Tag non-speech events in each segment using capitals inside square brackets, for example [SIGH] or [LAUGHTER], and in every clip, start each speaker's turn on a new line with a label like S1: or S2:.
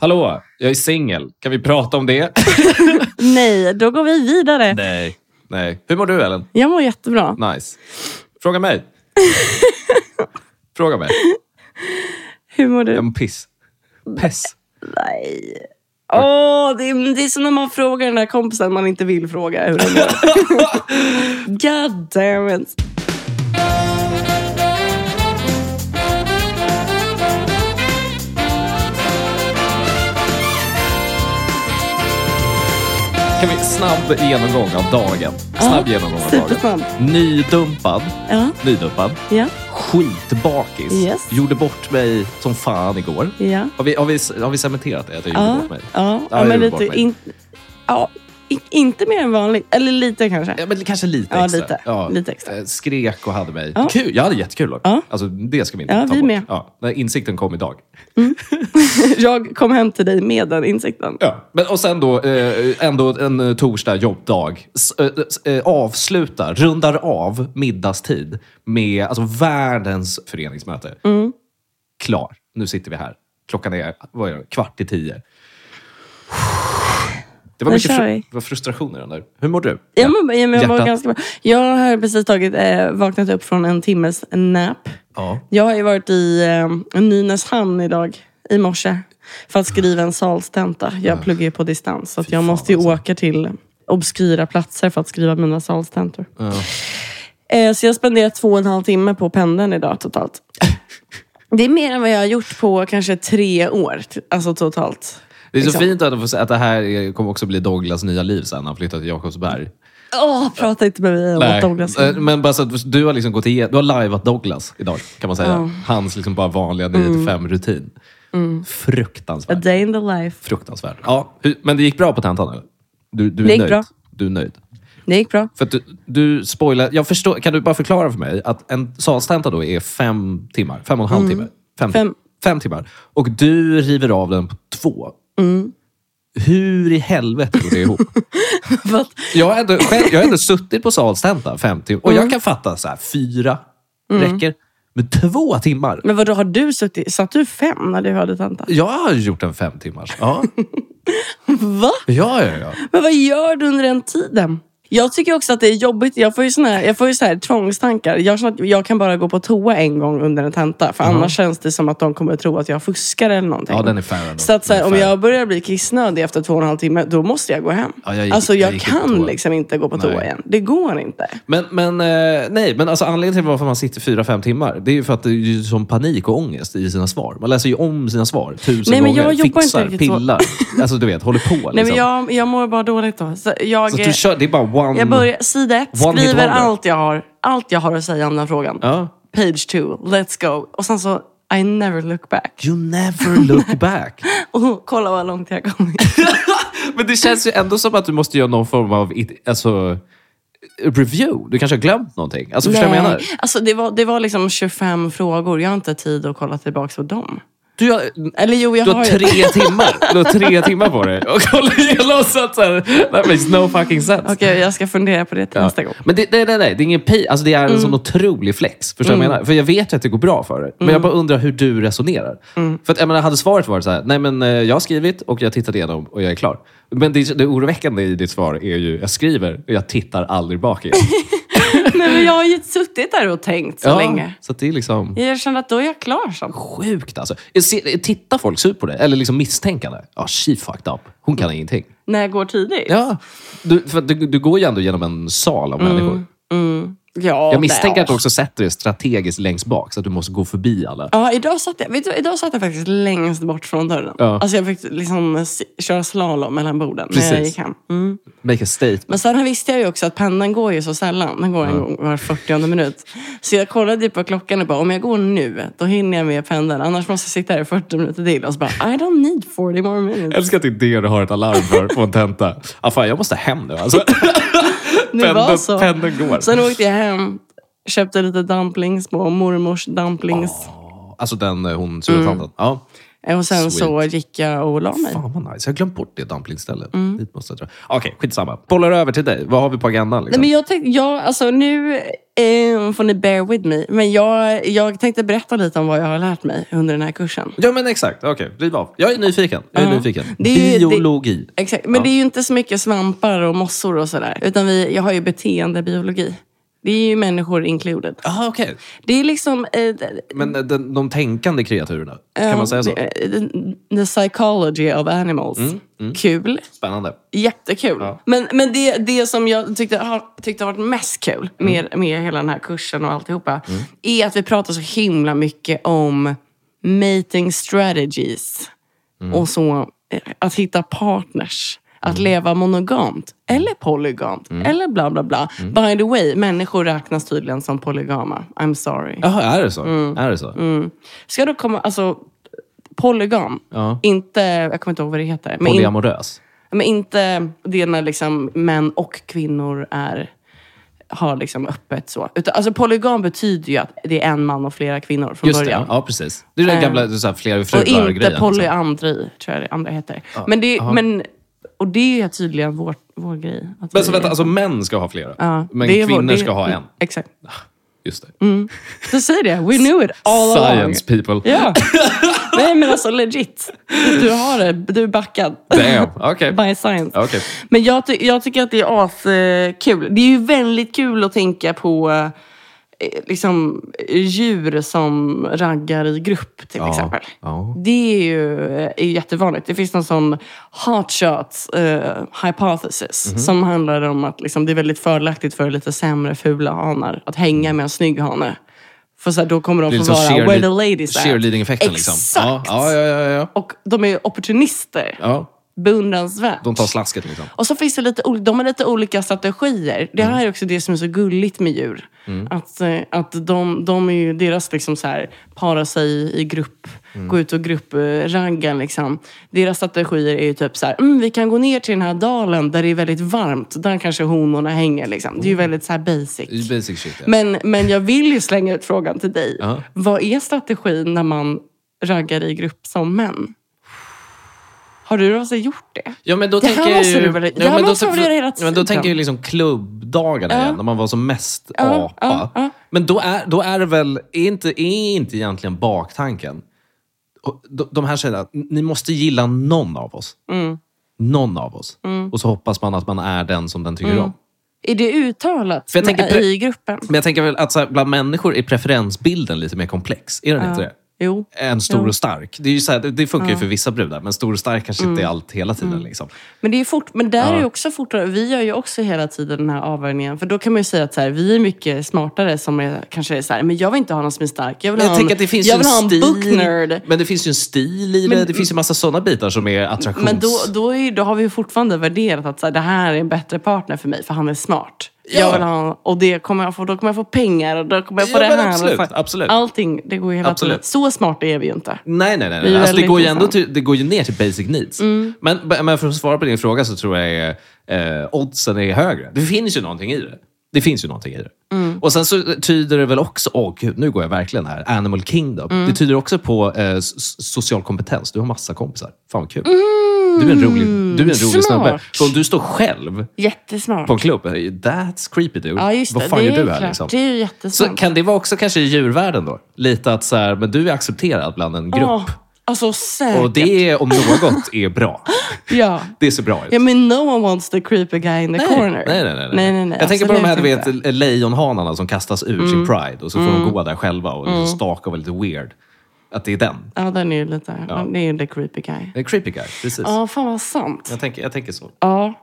S1: Hallå, jag är singel. Kan vi prata om
S2: [LAUGHS]
S1: det?
S2: Nej, då går vi vidare.
S1: Nej. Nej. Hur mår du Ellen?
S2: Jag mår jättebra.
S1: Nice. Fråga
S2: [LAUGHS]
S1: mig. Fråga mig.
S2: Hur mår du?
S1: Jag mår piss. Pess.
S2: Nej. Åh, det, är, det är som när man frågar den där kompisen man inte vill fråga hur den
S1: [LAUGHS]
S2: mår. God damn it.
S1: Kan vi snabb genomgång av dagen? Snabb
S2: Ja,
S1: genomgång av
S2: supersnabb.
S1: dagen. Nydumpad.
S2: Ja,
S1: Nydumpad.
S2: ja,
S1: Skitbakis.
S2: Yes.
S1: Gjorde bort mig som fan igår.
S2: ja.
S1: Har vi, har vi, har vi cementerat det? Att jag gjorde
S2: Ja,
S1: bort mig?
S2: ja.
S1: Ja, jag
S2: ja men
S1: gjorde bort
S2: lite...
S1: mig.
S2: In, ja, i- inte mer än vanligt. Eller lite kanske.
S1: Ja, men kanske lite
S2: Ja,
S1: extra.
S2: lite. Lite extra.
S1: Eh, Skrek och hade mig.
S2: Ja.
S1: Kul, jag hade jättekul. dock.
S2: Ja.
S1: Alltså, det ska vi inte
S2: Ja,
S1: ta
S2: vi
S1: bort.
S2: med.
S1: Ja, när insikten kom idag.
S2: Jag kom hem till dig med den insikten.
S1: Ja. Men, och sen då, eh, ändå en eh, torsdag, jobbdag. S- eh, s- eh, avslutar, rundar av middagstid med alltså, världens föreningsmöte.
S2: Mm.
S1: Klar, nu sitter vi här. Klockan är vad är det, kvart i tio. Det var
S2: Nu
S1: mycket
S2: kör
S1: fru-
S2: vi.
S1: det var frustration i den där. Hur mår du?
S2: Ja, men, ja, men jag mår
S1: Hjärtat.
S2: ganska bra. Jag har precis tagit, eh, vaknat upp från en timmes nap.
S1: Ja.
S2: Jag har ju varit i eh, Nynäshamn idag, i morse, för att skriva en salstenta. Jag pluggar ju på distans, så att jag
S1: Ah. fan,
S2: måste ju
S1: alltså.
S2: åka till obskyra platser för att skriva mina salstentor. Eh, så jag spenderar två och en halv timme på pendeln
S1: [LAUGHS]
S2: idag totalt. Det är mer än vad jag har gjort på kanske tre år, t- alltså totalt.
S1: Det är så
S2: Liksom.
S1: fint att, få se- att det här är- kommer också bli Douglas nya liv sen när han flyttar till Jakobsberg.
S2: Åh, prata inte med mig om Douglas.
S1: Eh, Men bara så att du har liksom gått igen, du har lajvat Douglas idag, kan man säga. Hans liksom bara vanliga
S2: Mm.
S1: 9-5-rutin.
S2: A
S1: Fruktansvärt.
S2: day in the life.
S1: Fruktansvärt. Ja, hur- men det gick bra på tentan? Eller? Du, du är
S2: Det gick
S1: nöjd?
S2: bra.
S1: Du är nöjd?
S2: Det gick bra. [LAUGHS]
S1: För att du, du spoilar, jag förstår, kan du bara förklara för mig att en salstenta då är fem timmar, fem och en halv timme? Fem,
S2: Mm. Fem.
S1: fem timmar. Och du river av den på två.
S2: Mm.
S1: Hur i helvete går det ihop?
S2: För att
S1: jag, har ändå, själv, jag har ändå suttit på salstenta fem timmar och
S2: Mm.
S1: jag kan fatta så här, fyra räcker. Men två timmar?
S2: Men vadå, har du suttit... Satt du fem när du hade tenta?
S1: Jag har gjort en fem timmars. Ja,
S2: Va?
S1: ja, ja. ja.
S2: Men vad gör du under den tiden? Jag tycker också att det är jobbigt. Jag får ju såna här, jag får ju så här tvångstankar. Jag, känner att jag kan bara gå på toa en gång under en tenta. För annars känns det som att de kommer att tro att jag fuskar eller någonting.
S1: Ja, den är fair ändå.
S2: Så att så här,
S1: Den är
S2: om
S1: fair.
S2: jag börjar bli kissnödig efter två och en halv timme, då måste jag gå hem.
S1: Ja, jag gick-
S2: alltså
S1: jag
S2: jag,
S1: gick inte på
S2: kan
S1: toa.
S2: liksom inte gå på
S1: Nej.
S2: toa igen. Det går inte.
S1: Men, men, eh, nej, men alltså anledningen till varför man sitter fyra, fem timmar, det är ju för att det är ju som panik och ångest i sina svar. Man läser ju om sina svar tusen
S2: Nej, men
S1: gånger.
S2: jag jobbar inte
S1: fixar,
S2: riktigt så.
S1: pillar. Alltså, du vet, håller på. Liksom.
S2: Nej, men jag, jag mår bara dåligt då. Så jag,
S1: Så att du kör, det är bara one...
S2: jag börjar, sida ett,
S1: One hit
S2: skriver
S1: wonder.
S2: allt jag har. Allt jag har att säga om den här frågan.
S1: Ja.
S2: page two, let's go. Och sen så, I never look back.
S1: You never look back.
S2: Och kolla vad långt jag kommit.
S1: men det känns ju ändå som att du måste göra någon form av it, alltså, review. Du kanske har glömt någonting. Alltså, [LAUGHS] förstår du vad jag menar?
S2: Alltså, det, var, det var liksom 25 frågor. Jag har inte tid att kolla tillbaka på dem.
S1: Du har,
S2: Eller jo, jag
S1: du
S2: har
S1: har
S2: ju-
S1: tre
S2: [LAUGHS]
S1: timmar. Du har tre timmar på dig. Och kolla igenom så att så här, that makes no fucking sense.
S2: Okej, jag ska fundera på det till nästa gång. Mm.
S1: Men det, nej, nej, nej, det är ingen pi. Alltså, det är en sån otrolig flex. Förstår du vad jag menar? För jag vet ju att det går bra för dig.
S2: Mm.
S1: Men jag bara undrar hur du resonerar. För att, jag menar, hade svaret varit så här, nej men eh, jag har skrivit och jag tittade igenom och jag är klar. Men det, det oroväckande i ditt svar är ju, jag skriver och jag tittar aldrig bak
S2: [LAUGHS]
S1: igen.
S2: Nej, men jag har ju suttit där och tänkt så
S1: Ja,
S2: länge.
S1: Så att det är liksom
S2: Jag känner att då är jag klar. Sen.
S1: sjukt alltså. Jag ser- Tittar folk sur på det? Eller liksom misstänkande? Ja, she fucked up. Hon kan ingenting.
S2: När jag går tidigt.
S1: Mm. Ja, du, för att du, du går ju ändå genom en sal av människor.
S2: Ja,
S1: Jag misstänker
S2: där.
S1: att du också sätter dig strategiskt längst bak så att du måste gå förbi alla.
S2: Ja, idag satt, jag, vet du, idag satt jag faktiskt längst bort från dörren.
S1: Ja.
S2: Alltså jag fick liksom s- köra slalom mellan borden när jag
S1: Precis.
S2: gick hem. Mm.
S1: Make a statement.
S2: Men sen visste jag ju också att pendeln går ju så sällan. Den går en gång var 40 minut. Så jag kollade ju på klockan och bara, om jag går nu, då hinner jag med pendeln. Annars måste jag sitta här i 40 minuter till. Och så bara, I don't need 40 more
S1: Jag
S2: minutes.
S1: älskar att det är det du har ett alarm för på en tenta. Ah, fan, jag måste hem nu [LAUGHS] alltså.
S2: Det var
S1: Pendeln-
S2: så.
S1: pendeln går.
S2: Sen åkte jag hem, köpte lite dumplings på mormors dumplings.
S1: Alltså den eh, hon syratanten. Ja.
S2: Eh, Och sen
S1: Sweet.
S2: så gick jag och la mig.
S1: Fan vad nice. Jag har glömt bort det dumplingstället. Dit måste jag dra. Okej, skitsamma. Bollar över till dig. Vad har vi på agendan?
S2: Nej,
S1: Liksom?
S2: men jag tänkte, jag, alltså nu eh, får ni bear with me. Men jag, jag tänkte berätta lite om vad jag har lärt mig under den här kursen.
S1: Ja, men exakt. Okej, riv av. Jag är nyfiken. Jag är
S2: Ja.
S1: nyfiken.
S2: Det är ju- det-
S1: Biologi.
S2: Exakt. Men
S1: Ja.
S2: det är ju inte så mycket svampar och mossor och sådär. Utan vi, jag har ju beteendebiologi. Det är ju människor included.
S1: Jaha, okej.
S2: Det är liksom... Eh, d-
S1: Men eh, den, de tänkande kreaturerna, kan
S2: eh,
S1: man säga så? Mm,
S2: eh, The, the psychology of animals. Kul.
S1: Spännande.
S2: Jättekul.
S1: Ja.
S2: Men, men det, det som jag tyckte har, tyckte har varit mest kul
S1: Mm.
S2: med, med hela den här kursen och alltihopa är att vi pratar så himla mycket om mating strategies.
S1: Mm.
S2: Och så eh, att hitta partners. Att leva monogamt eller polygamt
S1: Mm.
S2: eller bla bla bla. By the way, människor räknas tydligen som polygama. I'm sorry.
S1: Jaha, är det så?
S2: Mm.
S1: Är det så?
S2: Ska då komma, alltså polygam.
S1: Ja.
S2: Inte, jag kommer inte ihåg vad det heter. Men in-
S1: Polyamorös?
S2: Ja, Men inte det när liksom män och kvinnor är, har liksom öppet så. Utan, alltså polygam betyder ju att det är en man och flera kvinnor från
S1: Just det.
S2: början.
S1: Ja, precis. Det är den
S2: Eh,
S1: gamla så här, flera
S2: och inte
S1: fruar-grejen. liksom.
S2: polyandri, tror jag det andra heter. men det, men, och det är tydligen vår, vår grej. att
S1: Men
S2: vi-
S1: så vänta, alltså män ska ha flera.
S2: ja,
S1: men
S2: det är vår-
S1: kvinnor
S2: det-
S1: ska ha en.
S2: Exakt.
S1: Just det.
S2: Så säg det. We knew it all along.
S1: Science people. [LAUGHS]
S2: Ja. Nej men alltså legit. Du har det. Du är backad.
S1: Damn. Okej.
S2: By science.
S1: Okej.
S2: Men jag, ty- jag tycker att det är askul. kul. det är ju väldigt kul att tänka på eh, liksom, djur som raggar i grupp till
S1: Ja,
S2: exempel.
S1: ja.
S2: Det är ju, eh, är ju jättevanligt. Det finns någon sån hot shots eh, hypothesis
S1: Mhm.
S2: som handlar om att liksom, det är väldigt fördelaktigt för lite sämre fula hanar att hänga med en snygg hane. För så här, då kommer de
S1: Det är
S2: få
S1: liksom
S2: vara
S1: cheerle-
S2: where the ladies are.
S1: Cheerleading-effekten liksom. Ja,
S2: Exakt.
S1: ja, ja, ja, ja.
S2: Och de är ju opportunister.
S1: ja.
S2: Beundransvärt.
S1: De tar slasket liksom.
S2: Och så finns det lite, ol- de har lite olika strategier. Det
S1: Mm.
S2: här är också det som är så gulligt med djur. Att, eh, att de, de är ju deras liksom så här, para sig i- i grupp,
S1: Mm.
S2: gå ut och gruppraggen. Liksom. Deras strategier är ju typ så här, mm, vi kan gå ner till den här dalen där det är väldigt varmt. Där kanske honorna hänger. Liksom. Det är ju väldigt så här basic.
S1: Oh. Det är Basic shit. Ja.
S2: Men, men jag vill ju slänga ut frågan till dig.
S1: Ja.
S2: Vad är strategin när man raggar i grupp som män? Har du någonsin gjort det?
S1: Ja, men då
S2: Det här
S1: tänker jag
S2: måste
S1: ju...
S2: du väl- det
S1: ja,
S2: här
S1: men då,
S2: måste du väl göra hela
S1: Ja, men då
S2: tiden.
S1: tänker jag ju liksom klubbdagarna igen, när man var som mest
S2: Ja,
S1: apa.
S2: ja, ja.
S1: Men då är, då är det väl... Är inte, är inte egentligen baktanken... Och de- De här säger att ni måste gilla någon av oss.
S2: Mm.
S1: Någon av oss. Och så hoppas man att man är den som den tycker
S2: Mm.
S1: om.
S2: Är det uttalat
S1: För jag tänker
S2: med,
S1: pre-
S2: i gruppen?
S1: Men jag tänker väl att så här, bland människor är preferensbilden lite mer komplex. Är den inte det?
S2: Jo.
S1: En stor
S2: Jo.
S1: och stark. Det, är ju så här, det, det funkar ju för vissa brudar, men stor och stark kanske
S2: Mm.
S1: inte är allt hela tiden. Liksom.
S2: Men, det är fort, men där är ju också fortare. Vi gör ju också hela tiden den här avvägningen. För då kan man ju säga att så här, vi är mycket smartare som är, kanske är så här, men jag vill inte ha någon som är stark. Jag vill
S1: Men
S2: ha
S1: jag
S2: en,
S1: tänker att det finns
S2: jag
S1: ju
S2: vill ha
S1: en
S2: en
S1: stil.
S2: book nerd.
S1: Men det finns ju en stil i det. Det finns ju massa sådana bitar som är attraktions...
S2: Men då, då, är, ju- då har vi ju fortfarande värderat att så här, det här är en bättre partner för mig, för han är smart.
S1: Ja.
S2: Jag vill ha, och det kommer jag få, då kommer jag få pengar och då kommer jag få
S1: Ja,
S2: det
S1: men
S2: här.
S1: absolut,
S2: och så-
S1: absolut.
S2: Allting, det går ju hela
S1: Absolut.
S2: tiden. Så smart är vi ju inte.
S1: Nej, nej, nej.
S2: Det är
S1: nej. Alltså, det,
S2: väldigt Mm.
S1: går ju ändå
S2: intressant.
S1: till, det går ju ner till basic needs. Men, men för att svara på din fråga så tror jag eh, oddsen är högre. Det finns ju någonting i det. Det finns ju någonting i det.
S2: Mm.
S1: Och sen så tyder det väl också, åh gud, nu går jag verkligen här, Animal Kingdom.
S2: Mm.
S1: Det tyder också på eh, s- s- social kompetens. Du har massa kompisar. Fan vad kul. Du är en rolig, du är en rolig
S2: Mm. smart.
S1: snubbe. För om du står själv
S2: Jättesmart.
S1: på en klubb, that's creepy dude.
S2: Ja, just det.
S1: Vad fan
S2: det
S1: gör
S2: är
S1: du här
S2: klart.
S1: liksom?
S2: Det är ju
S1: Så
S2: jättesmart.
S1: kan det vara också kanske i djurvärlden då? Lite att så här, men du är accepterad bland en grupp.
S2: Ja, alltså säkert.
S1: Och det om något är bra.
S2: ja.
S1: Det ser bra ut.
S2: ja, men no one wants the creepy guy in the
S1: nej.
S2: corner.
S1: Nej, nej, nej, nej.
S2: nej, nej, nej.
S1: Jag tänker på de här du
S2: Absolut
S1: vet,
S2: inte. Mm.
S1: le- lejonhanarna som kastas ur sin pride och så får de gå där själva och mm. staka och vara lite weird. Att det är den.
S2: Ja, den är ju lite... Det är ju the creepy guy.
S1: Det är creepy guy, precis.
S2: Ja, fan vad sant.
S1: Jag, tänker, jag tänker så.
S2: Ja.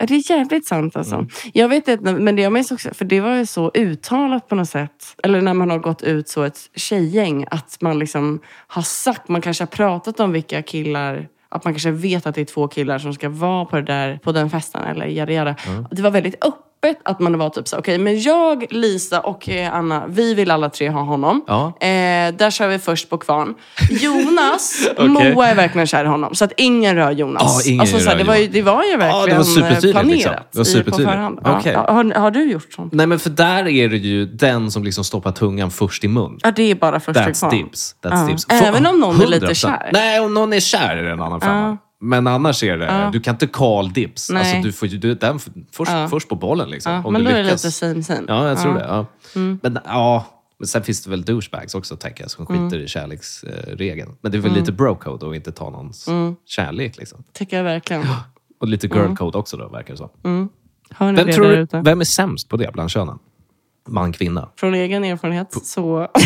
S2: Ja, det är jävligt sant alltså.
S1: Mm.
S2: Jag vet inte, men det jag minns också, för det var ju så uttalat på något sätt. Eller när man har gått ut så ett tjejgäng, att man liksom har sagt, man kanske har pratat om vilka killar, att man kanske vet att det är två killar som ska vara på, det där, på den festen eller yada yada. Det var väldigt öppet öppet att man var typ så här, okej, men jag, Lisa och eh, Anna, vi vill alla tre ha honom.
S1: Ja.
S2: Eh, där kör vi först
S1: [LAUGHS]
S2: på kvarn. Jonas,
S1: Okej.
S2: Moa är verkligen kär i honom. Så att ingen rör Jonas.
S1: Ja, ingen
S2: alltså, så här,
S1: rör
S2: det, var ju,
S1: Jonas.
S2: det var ju verkligen
S1: det var
S2: eh,
S1: supertydligt,
S2: planerat
S1: liksom. Det var
S2: i-
S1: supertydligt.
S2: på förhand.
S1: Okej.
S2: Ja, har, har du gjort sånt?
S1: Nej, men för där är det ju den som liksom stoppar tungan först i mun.
S2: Ja, det är bara första
S1: That's
S2: kvarn.
S1: dibs. That's
S2: Ja.
S1: dibs.
S2: Även om någon är lite
S1: 100%.
S2: kär.
S1: Nej, om någon är kär är det en annan femma. Men annars är det, du kan inte call dips.
S2: Nej.
S1: Alltså, du får ju du, den f- först, först på bollen liksom.
S2: Ja,
S1: om
S2: men
S1: du
S2: då är det
S1: lyckas.
S2: lite Mm. same same.
S1: Ja, jag tror det. Ja. Men, ja. Men sen finns det väl douchebags också, tänker jag, som skiter
S2: Mm.
S1: i kärleksregeln. Men det är väl lite bro-code att inte ta någons
S2: Mm.
S1: kärlek. Liksom.
S2: Tycker jag verkligen.
S1: Och lite
S2: Mm.
S1: girl-code också, då, verkar det som.
S2: Hör ni
S1: Vem,
S2: Mm. det
S1: tror
S2: där
S1: du,
S2: ute?
S1: vem är sämst på det bland könen? Man, kvinna?
S2: Från egen erfarenhet så... [LAUGHS]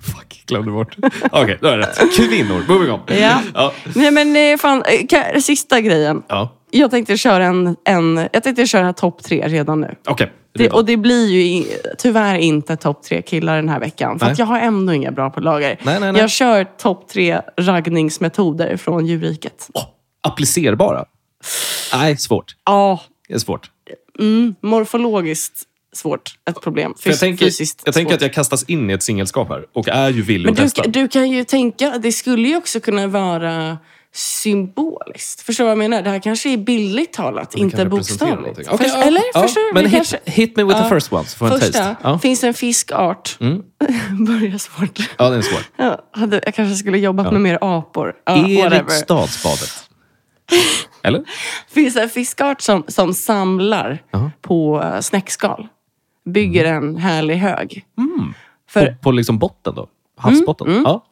S1: Fuck, glömde bort. [LAUGHS] Okej, då är det rätt. Kvinnor, moving on.
S2: Ja.
S1: Ja.
S2: Nej men eh, fan, eh, ka- sista grejen.
S1: ja.
S2: Jag tänkte köra en, en jag tänkte köra topp tre redan nu.
S1: Okej.
S2: Det, och det blir ju i- tyvärr inte topp tre killar den här veckan. För
S1: Nej.
S2: att jag har ändå inga bra på lager.
S1: Nej, nej, nej.
S2: Jag kör topp tre raggningsmetoder från djurriket.
S1: Åh, applicerbara? Nej, svårt.
S2: Ja,
S1: Det är svårt.
S2: morfologiskt svårt. Ett problem. Fys-
S1: För jag tänker,
S2: fysiskt
S1: jag tänker
S2: svårt.
S1: att jag kastas in i ett singelskap här och är ju villig
S2: Men
S1: att testa.
S2: du, du kan ju tänka, det skulle ju också kunna vara symboliskt. Förstår du vad jag menar? Det här kanske är bildligt talat, inte
S1: representera
S2: bokstavligt.
S1: någonting. Okej,
S2: Först-
S1: ja,
S2: eller?
S1: ja.
S2: Förstår du?
S1: Men
S2: Vi
S1: hit,
S2: kanske-
S1: hit me with
S2: Ja.
S1: the first ones for a
S2: Första,
S1: taste. Ja. Mm.
S2: finns en fiskart. [LAUGHS] Börjar svårt.
S1: ja, den är svår.
S2: Ja, hade- jag kanske skulle jobbat med mer apor. Ja, whatever. [LAUGHS]
S1: Eriksdalsbadet. Eller?
S2: finns en fiskart som, som samlar på eh, snäckskal. Bygger
S1: Mm.
S2: en härlig hög. För- Mm,
S1: På, på liksom botten då? Havsbotten? Ja.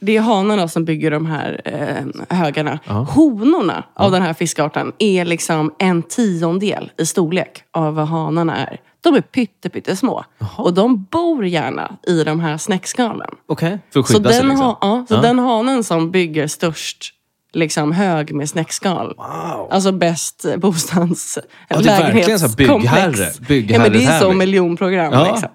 S2: Det är hanarna som bygger de här eh, högarna. Honorna av den här fiskarten är liksom en tiondel i storlek av vad hanarna är. De är pytte, pyttesmå. Och de bor gärna i de här snäckskalen.
S1: Okej. För att
S2: Så,
S1: skydda sig
S2: den,
S1: liksom.
S2: ha, ja, så den hanen som bygger störst liksom, hög med snäckskal. Alltså bäst eh, bostads
S1: är verkligen så här byggherre,
S2: ja, men det är
S1: byggherre-tävling.
S2: så miljonprogram.
S1: Ja. [LAUGHS]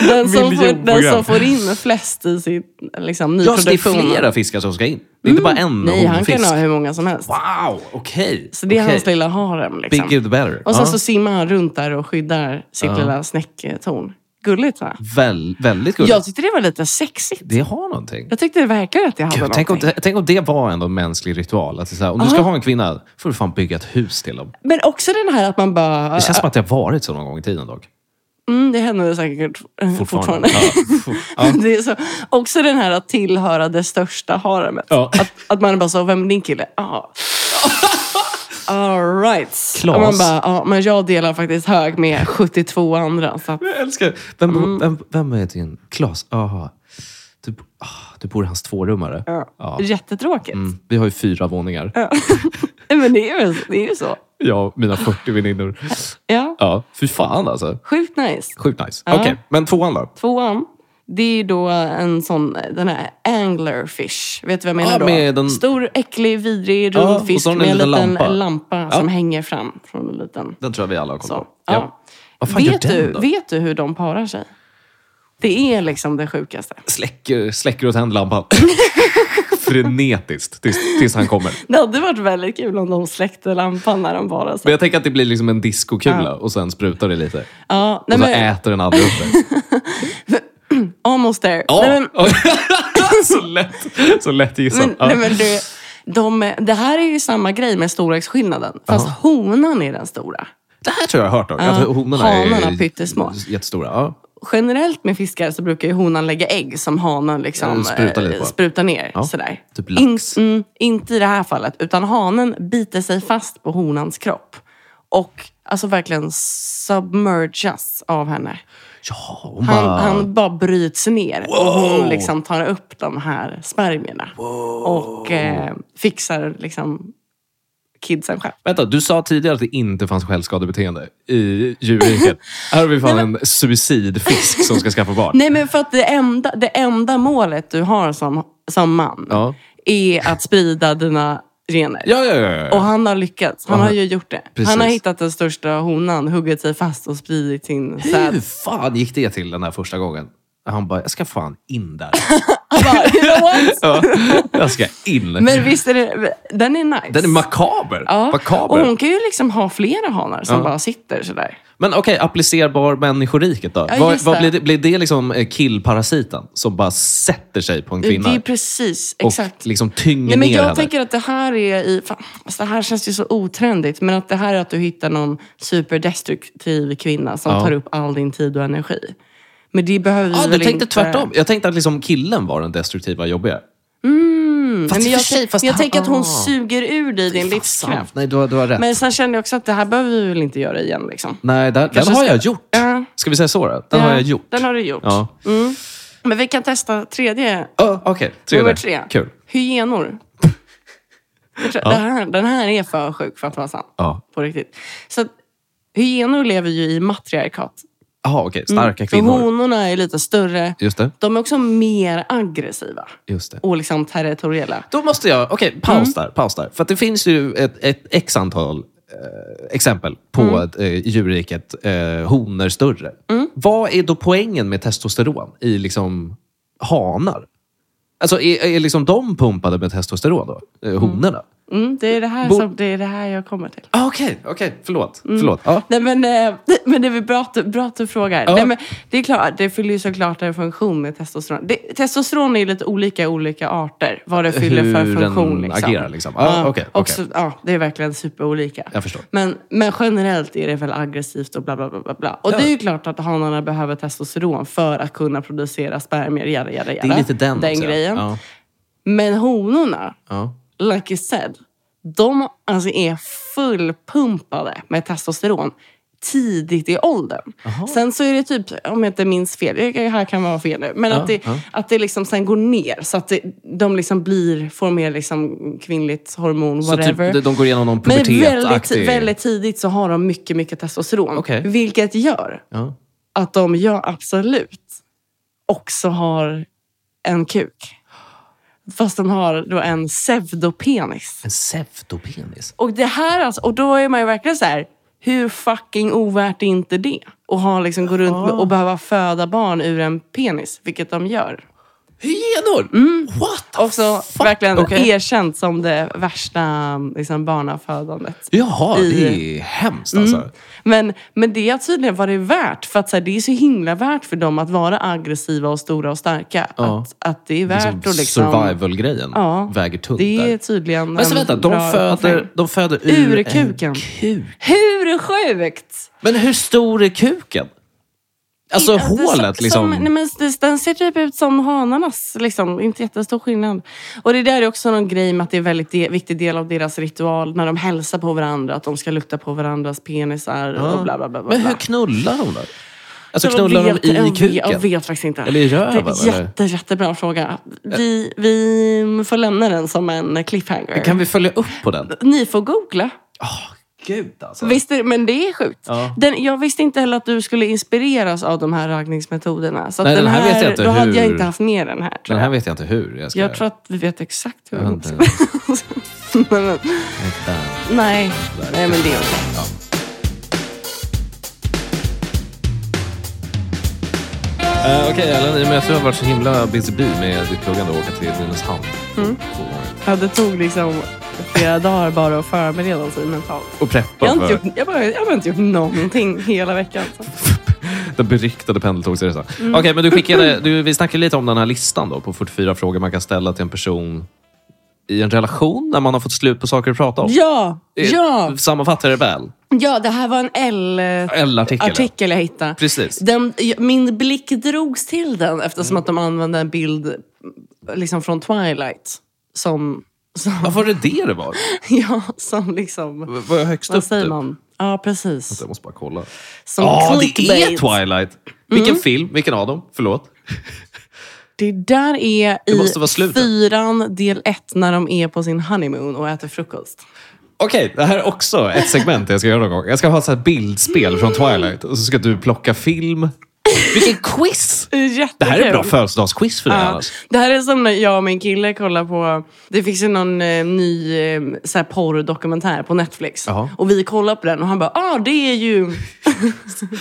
S2: Liksom. den, som får, den
S1: Miljonprogram.
S2: som får in flest i sin liksom,
S1: Ja, så det är
S2: nyproduktion.
S1: flera fiskar som ska in. Det är inte bara en
S2: Mm, Nej, han
S1: honfisk.
S2: kan ha hur många som helst.
S1: Wow, okej.
S2: Så det är
S1: Okej.
S2: hans lilla harem. Liksom.
S1: Bigger the better.
S2: Och sen
S1: Ja.
S2: så simmar han runt där och skyddar sitt lilla snäcktorn. Gulligt va?
S1: Väl, väldigt gulligt.
S2: Jag tyckte det var lite sexigt.
S1: Det har någonting.
S2: Jag tyckte det verkade att jag hade
S1: Gud, tänk, om,
S2: någonting. Ah.
S1: tänk om det var ändå en mänsklig ritual. Att det är så här, om du ska ha en kvinna, får du fan bygga ett hus till dem.
S2: Men också den här att man bara...
S1: Det känns som att det har varit så någon gång i tiden dock.
S2: Mm, det händer säkert eh, fortfarande. [LAUGHS]
S1: Fortfarande. Ja.
S2: det är så. Också den här att tillhöra det största haremet.
S1: Ja.
S2: Att, att man bara så, vem är din kille?
S1: [LAUGHS]
S2: Ja. All right.
S1: Klas.
S2: Och Man bara, ja, men jag delar faktiskt hög med 72 andra. Så att,
S1: Jag älskar vem,
S2: Mm.
S1: vem, vem är din? Klas? Aha. Du, ah, du bor i hans tvårummare?
S2: ja. Jättetråkigt.
S1: Mm, Vi har ju fyra våningar.
S2: Ja. men det är, ju, det är ju så.
S1: Jag och mina 40 väninnor.
S2: Ja.
S1: Ja, fy fan alltså.
S2: Sjukt nice.
S1: Sjukt nice.
S2: Ja.
S1: Okej, men tvåan då?
S2: Tvåan, det är ju då en sån, den här anglerfish. Vet du vad jag menar
S1: Ja,
S2: då?
S1: med den-
S2: Stor, äcklig, vidrig,
S1: Ja,
S2: rund
S1: och så
S2: fisk
S1: har den
S2: med en liten lampa,
S1: Ja.
S2: som hänger fram från en liten...
S1: Den tror jag vi alla har koll
S2: Så.
S1: på.
S2: Ja.
S1: Vad fan
S2: Vet,
S1: gör den
S2: du,
S1: då?
S2: vet du hur de parar sig? Det är liksom det sjukaste.
S1: Släcker, släcker och tänder lampan. [LAUGHS] Frenetiskt tills, tills han kommer.
S2: Det hade varit väldigt kul om de släckte lampan när de parade sig.
S1: Men jag tänker att det blir liksom en diskokula och sen sprutar det lite.
S2: Ja, nej
S1: Och så
S2: men,
S1: äter den andra upp det.
S2: almost there.
S1: Ja.
S2: [LAUGHS]
S1: [LAUGHS]
S2: Nej, men,
S1: så lätt, så lätt gissat.
S2: men,
S1: Ja.
S2: nej, men du, de, det här är ju samma grej med storleksskillnaden. Fast honan är den stora.
S1: Det här tror jag jag har hört om. Att honorna
S2: hanarna
S1: är
S2: pyttesmå.
S1: jättestora. Ja.
S2: generellt med fiskar så brukar ju honan lägga ägg som hanen liksom,
S1: Ja, Mm, sprutar lite
S2: eh,
S1: på.
S2: sprutar ner.
S1: Ja,
S2: Sådär.
S1: typ lax.
S2: mm, inte i det här fallet, utan hanen biter sig fast på honans kropp. Och alltså verkligen submergas av henne.
S1: Ja, och man,
S2: Han, han bara bryts ner och
S1: Wow.
S2: hon liksom tar upp de här spermierna. Och eh, fixar liksom kidsen själv.
S1: Vänta, du sa tidigare att det inte fanns självskadebeteende i
S2: [LAUGHS]
S1: djurriket. här har vi fan en suicidfisk som ska skaffa barn.
S2: Nej men för att det enda, det enda målet du har som, som man
S1: Ja.
S2: är att sprida dina gener.
S1: Ja, ja, ja. ja.
S2: Och han har lyckats. Han har ju gjort det.
S1: Precis.
S2: Han har hittat den största honan, huggit sig fast och spridit sin säd. [LAUGHS]
S1: Hur fan gick det till den här första gången? Han bara, jag ska fan in
S2: [LAUGHS]
S1: där.
S2: Jag bara, you know what?
S1: Ja, jag ska in.
S2: Men visst är det, den är nice.
S1: Den är makaber.
S2: Ja. Och
S1: makaber.
S2: hon kan ju liksom ha flera hanar som
S1: Ja.
S2: bara sitter sådär.
S1: Men okej, applicerbar människoriket då?
S2: Ja,
S1: vad,
S2: just
S1: vad
S2: det.
S1: blir, det, blir det liksom eh, killparasiten som bara sätter sig på en kvinna
S2: Det är precis,
S1: och
S2: exakt.
S1: liksom tynger
S2: Nej, men
S1: ner
S2: jag
S1: henne?
S2: tänker att det här är i... Fan, alltså det här känns ju så otrendigt. Men att det här är att du hittar någon superdestruktiv kvinna som
S1: Ja.
S2: tar upp all din tid och energi. Men det behöver vi
S1: Ja, du
S2: väl
S1: tänkte
S2: inte...
S1: tvärtom. Jag tänkte att liksom killen var den destruktiva, jobbiga.
S2: Mm,
S1: Fast
S2: men
S1: i och
S2: jag
S1: för sig,
S2: tänk-
S1: fast
S2: jag
S1: han-
S2: tänker att
S1: ah.
S2: hon suger ur dig din
S1: Fan,
S2: livskraft.
S1: Nej, du, har- du har rätt.
S2: Men sen kände jag också att det här behöver vi väl inte göra igen. Liksom.
S1: Nej, där, den
S2: Kanske
S1: har
S2: ska-
S1: jag gjort.
S2: Ja.
S1: Ska vi säga så då? Den
S2: Ja,
S1: har jag gjort.
S2: Den har du gjort.
S1: Ja.
S2: Men vi kan testa tredje.
S1: Ja, Ah, Okej,
S2: Nummer
S1: tredje.
S2: tre.
S1: Kul. [LAUGHS]
S2: Hyenor. Jag tror- Den, här, den här är för sjuk för att vara sann.
S1: Ja.
S2: På riktigt. Så att, hyenor lever ju i matriarkat.
S1: Jaha, okej. Starka
S2: Så
S1: kvinnor.
S2: honorna är lite större.
S1: Just det.
S2: De är också mer aggressiva
S1: Just det.
S2: och liksom territoriella.
S1: Då måste jag... Okej, paus,
S2: Mm.
S1: där, paus där. För att det finns ju ett, ett x antal eh, exempel på
S2: Mm.
S1: ett, eh, djurriket eh, honor större. Vad är då poängen med testosteron i liksom hanar? Alltså, är, är liksom de pumpade med testosteron då? Eh, honorna?
S2: Mm, det, är det, här
S1: Bo-
S2: som, det är det här jag kommer till.
S1: Ah, okej, okej. Förlåt. Förlåt. Mm. Ja.
S2: Nej, men, eh, [LAUGHS] men det är väl bra att, du- bra att du frågar.
S1: Ja.
S2: Nej, men det är klart, det fyller ju såklart en funktion med testosteron. Det, testosteron är ju lite olika i olika arter, vad det fyller
S1: Hur
S2: för
S1: den
S2: funktion. liksom.
S1: agerar, liksom. Ja, okej, okej.
S2: också, ja, det är verkligen superolika.
S1: Jag förstår.
S2: Men, men generellt är det väl aggressivt och bla bla bla. bla, bla. Och
S1: Ja.
S2: det är ju klart att hanarna behöver testosteron för att kunna producera spermier. Jada, jada,
S1: Det
S2: jada.
S1: är lite den. också, ja.
S2: grejen.
S1: Ja.
S2: Men honorna,
S1: Ja.
S2: like you said, de alltså är fullpumpade med testosteron tidigt i åldern. Sen så är det typ, om jag inte minns fel, det här kan vara fel nu, men
S1: Ja,
S2: att det,
S1: ja.
S2: att det liksom sen går ner så att det, de liksom blir, får mer liksom kvinnligt hormon,
S1: Så typ,
S2: whatever.
S1: de- de går igenom någon
S2: men väldigt,
S1: pubertetaktig-
S2: väldigt tidigt så har de mycket, mycket testosteron.
S1: Okej.
S2: Vilket gör
S1: Ja.
S2: att de, ja absolut, också har en kuk. Fast de har då en pseudopenis.
S1: En pseudopenis.
S2: Och det här alltså, och då är man ju verkligen så här, hur fucking ovärt är inte det? Och ha liksom, gå runt med,
S1: Ah.
S2: och behöva föda barn ur en penis, vilket de gör.
S1: Hyenor! What the
S2: Mm. Också
S1: fuck?
S2: verkligen
S1: Okej.
S2: erkänt som det värsta liksom, barnafödandet.
S1: Jaha, det
S2: i- Mm.
S1: är hemskt alltså.
S2: Men, men det har tydligen varit värt, för att så här, det är så himla värt för dem att vara aggressiva och stora och starka.
S1: Ja.
S2: Att, att det är värt
S1: Liksom
S2: att liksom...
S1: Survival-grejen
S2: Ja.
S1: väger tungt
S2: Det är
S1: där.
S2: tydligen
S1: Men så
S2: en
S1: vänta, de
S2: bra
S1: föder,
S2: affär.
S1: de föder
S2: Ur
S1: ur, en
S2: kuken.
S1: kuk.
S2: Hur sjukt?
S1: Men hur stor är kuken? Alltså
S2: Ja, det är så-
S1: hålet liksom.
S2: Som, nej, men det- den ser typ ut som hanarnas. Liksom. Inte jättestor skillnad. Och det där är också någon grej med att det är en väldigt de- viktig del av deras ritual. När de hälsar på varandra, att de ska lukta på varandras penisar och bla bla bla. bla
S1: Ah. Men hur
S2: bla.
S1: knullar de då? Alltså
S2: Jag
S1: knullar
S2: vet-
S1: de i
S2: jag vet-
S1: kuken?
S2: Jag vet faktiskt inte.
S1: Eller i röven,
S2: Det är
S1: eller?
S2: jätte, jättebra fråga. Vi, vi får lämna den som en cliffhanger.
S1: Kan vi följa upp på den?
S2: Ni får googla.
S1: Oh, gud alltså.
S2: Visst är, men det är sjukt.
S1: Ja.
S2: Den, jag visste inte heller att du skulle inspireras av de här raggningsmetoderna. Så att
S1: Nej, den här vet jag inte
S2: Då hade jag
S1: hur-
S2: inte haft med den här. Tror
S1: Den
S2: jag.
S1: här vet jag inte hur jag ska
S2: jag tror att vi vet exakt hur
S1: Jag
S2: den
S1: vet
S2: ska- Men- men-
S1: hitta.
S2: [LAUGHS] Nej. Nej, men det är okej.
S1: Eh, Okej Ellen, i och med att du har varit så himla busy bee med ditt pluggande och åka till Nynäshamn.
S2: Ja, det tog liksom flera dagar bara att förbereda sig mentalt.
S1: Och preppa
S2: Jag har,
S1: för
S2: inte gjort, jag, bara, jag har inte gjort någonting hela veckan. Så.
S1: den beryktade pendeltågsresan. Okej, men du [LAUGHS] skickade, du, vi snackade lite om den här listan då på 44 frågor man kan ställa till en person i en relation när man har fått slut på saker att prata om.
S2: Ja,
S1: Eh,
S2: ja,
S1: Sammanfattar det väl?
S2: ja, det här var en L...
S1: L-artikel.
S2: artikel jag hittade.
S1: Precis.
S2: Den, min blick drogs till den eftersom att de använde en bild liksom från Twilight. Som, som, [LAUGHS]
S1: Ja, var det det det var?
S2: ja, som liksom...
S1: V- Var jag högst
S2: Vad
S1: upp?
S2: säger
S1: typ?
S2: man? Ja, precis.
S1: Jag måste bara kolla.
S2: Som Mm.
S1: Ja, det
S2: clickbait.
S1: är Twilight! Vilken film, vilken av dem? Förlåt.
S2: Det där är
S1: Det måste vara
S2: i
S1: slutet.
S2: fyran, del ett, när de är på sin honeymoon och äter frukost.
S1: Okej, det här är också ett segment jag ska göra någon gång. Jag ska ha ett så här bildspel från Twilight och så ska du plocka film Vilken quiz!
S2: Det är jättekul.
S1: Det här är bra födelsedagsquiz för dig
S2: Ja.
S1: annars.
S2: Det här är som när jag och min kille kollar på... Det finns ju någon eh, ny eh, så här porrdokumentär på Netflix.
S1: Jaha.
S2: Och vi kollar på den och han bara, ah det är ju... [LAUGHS]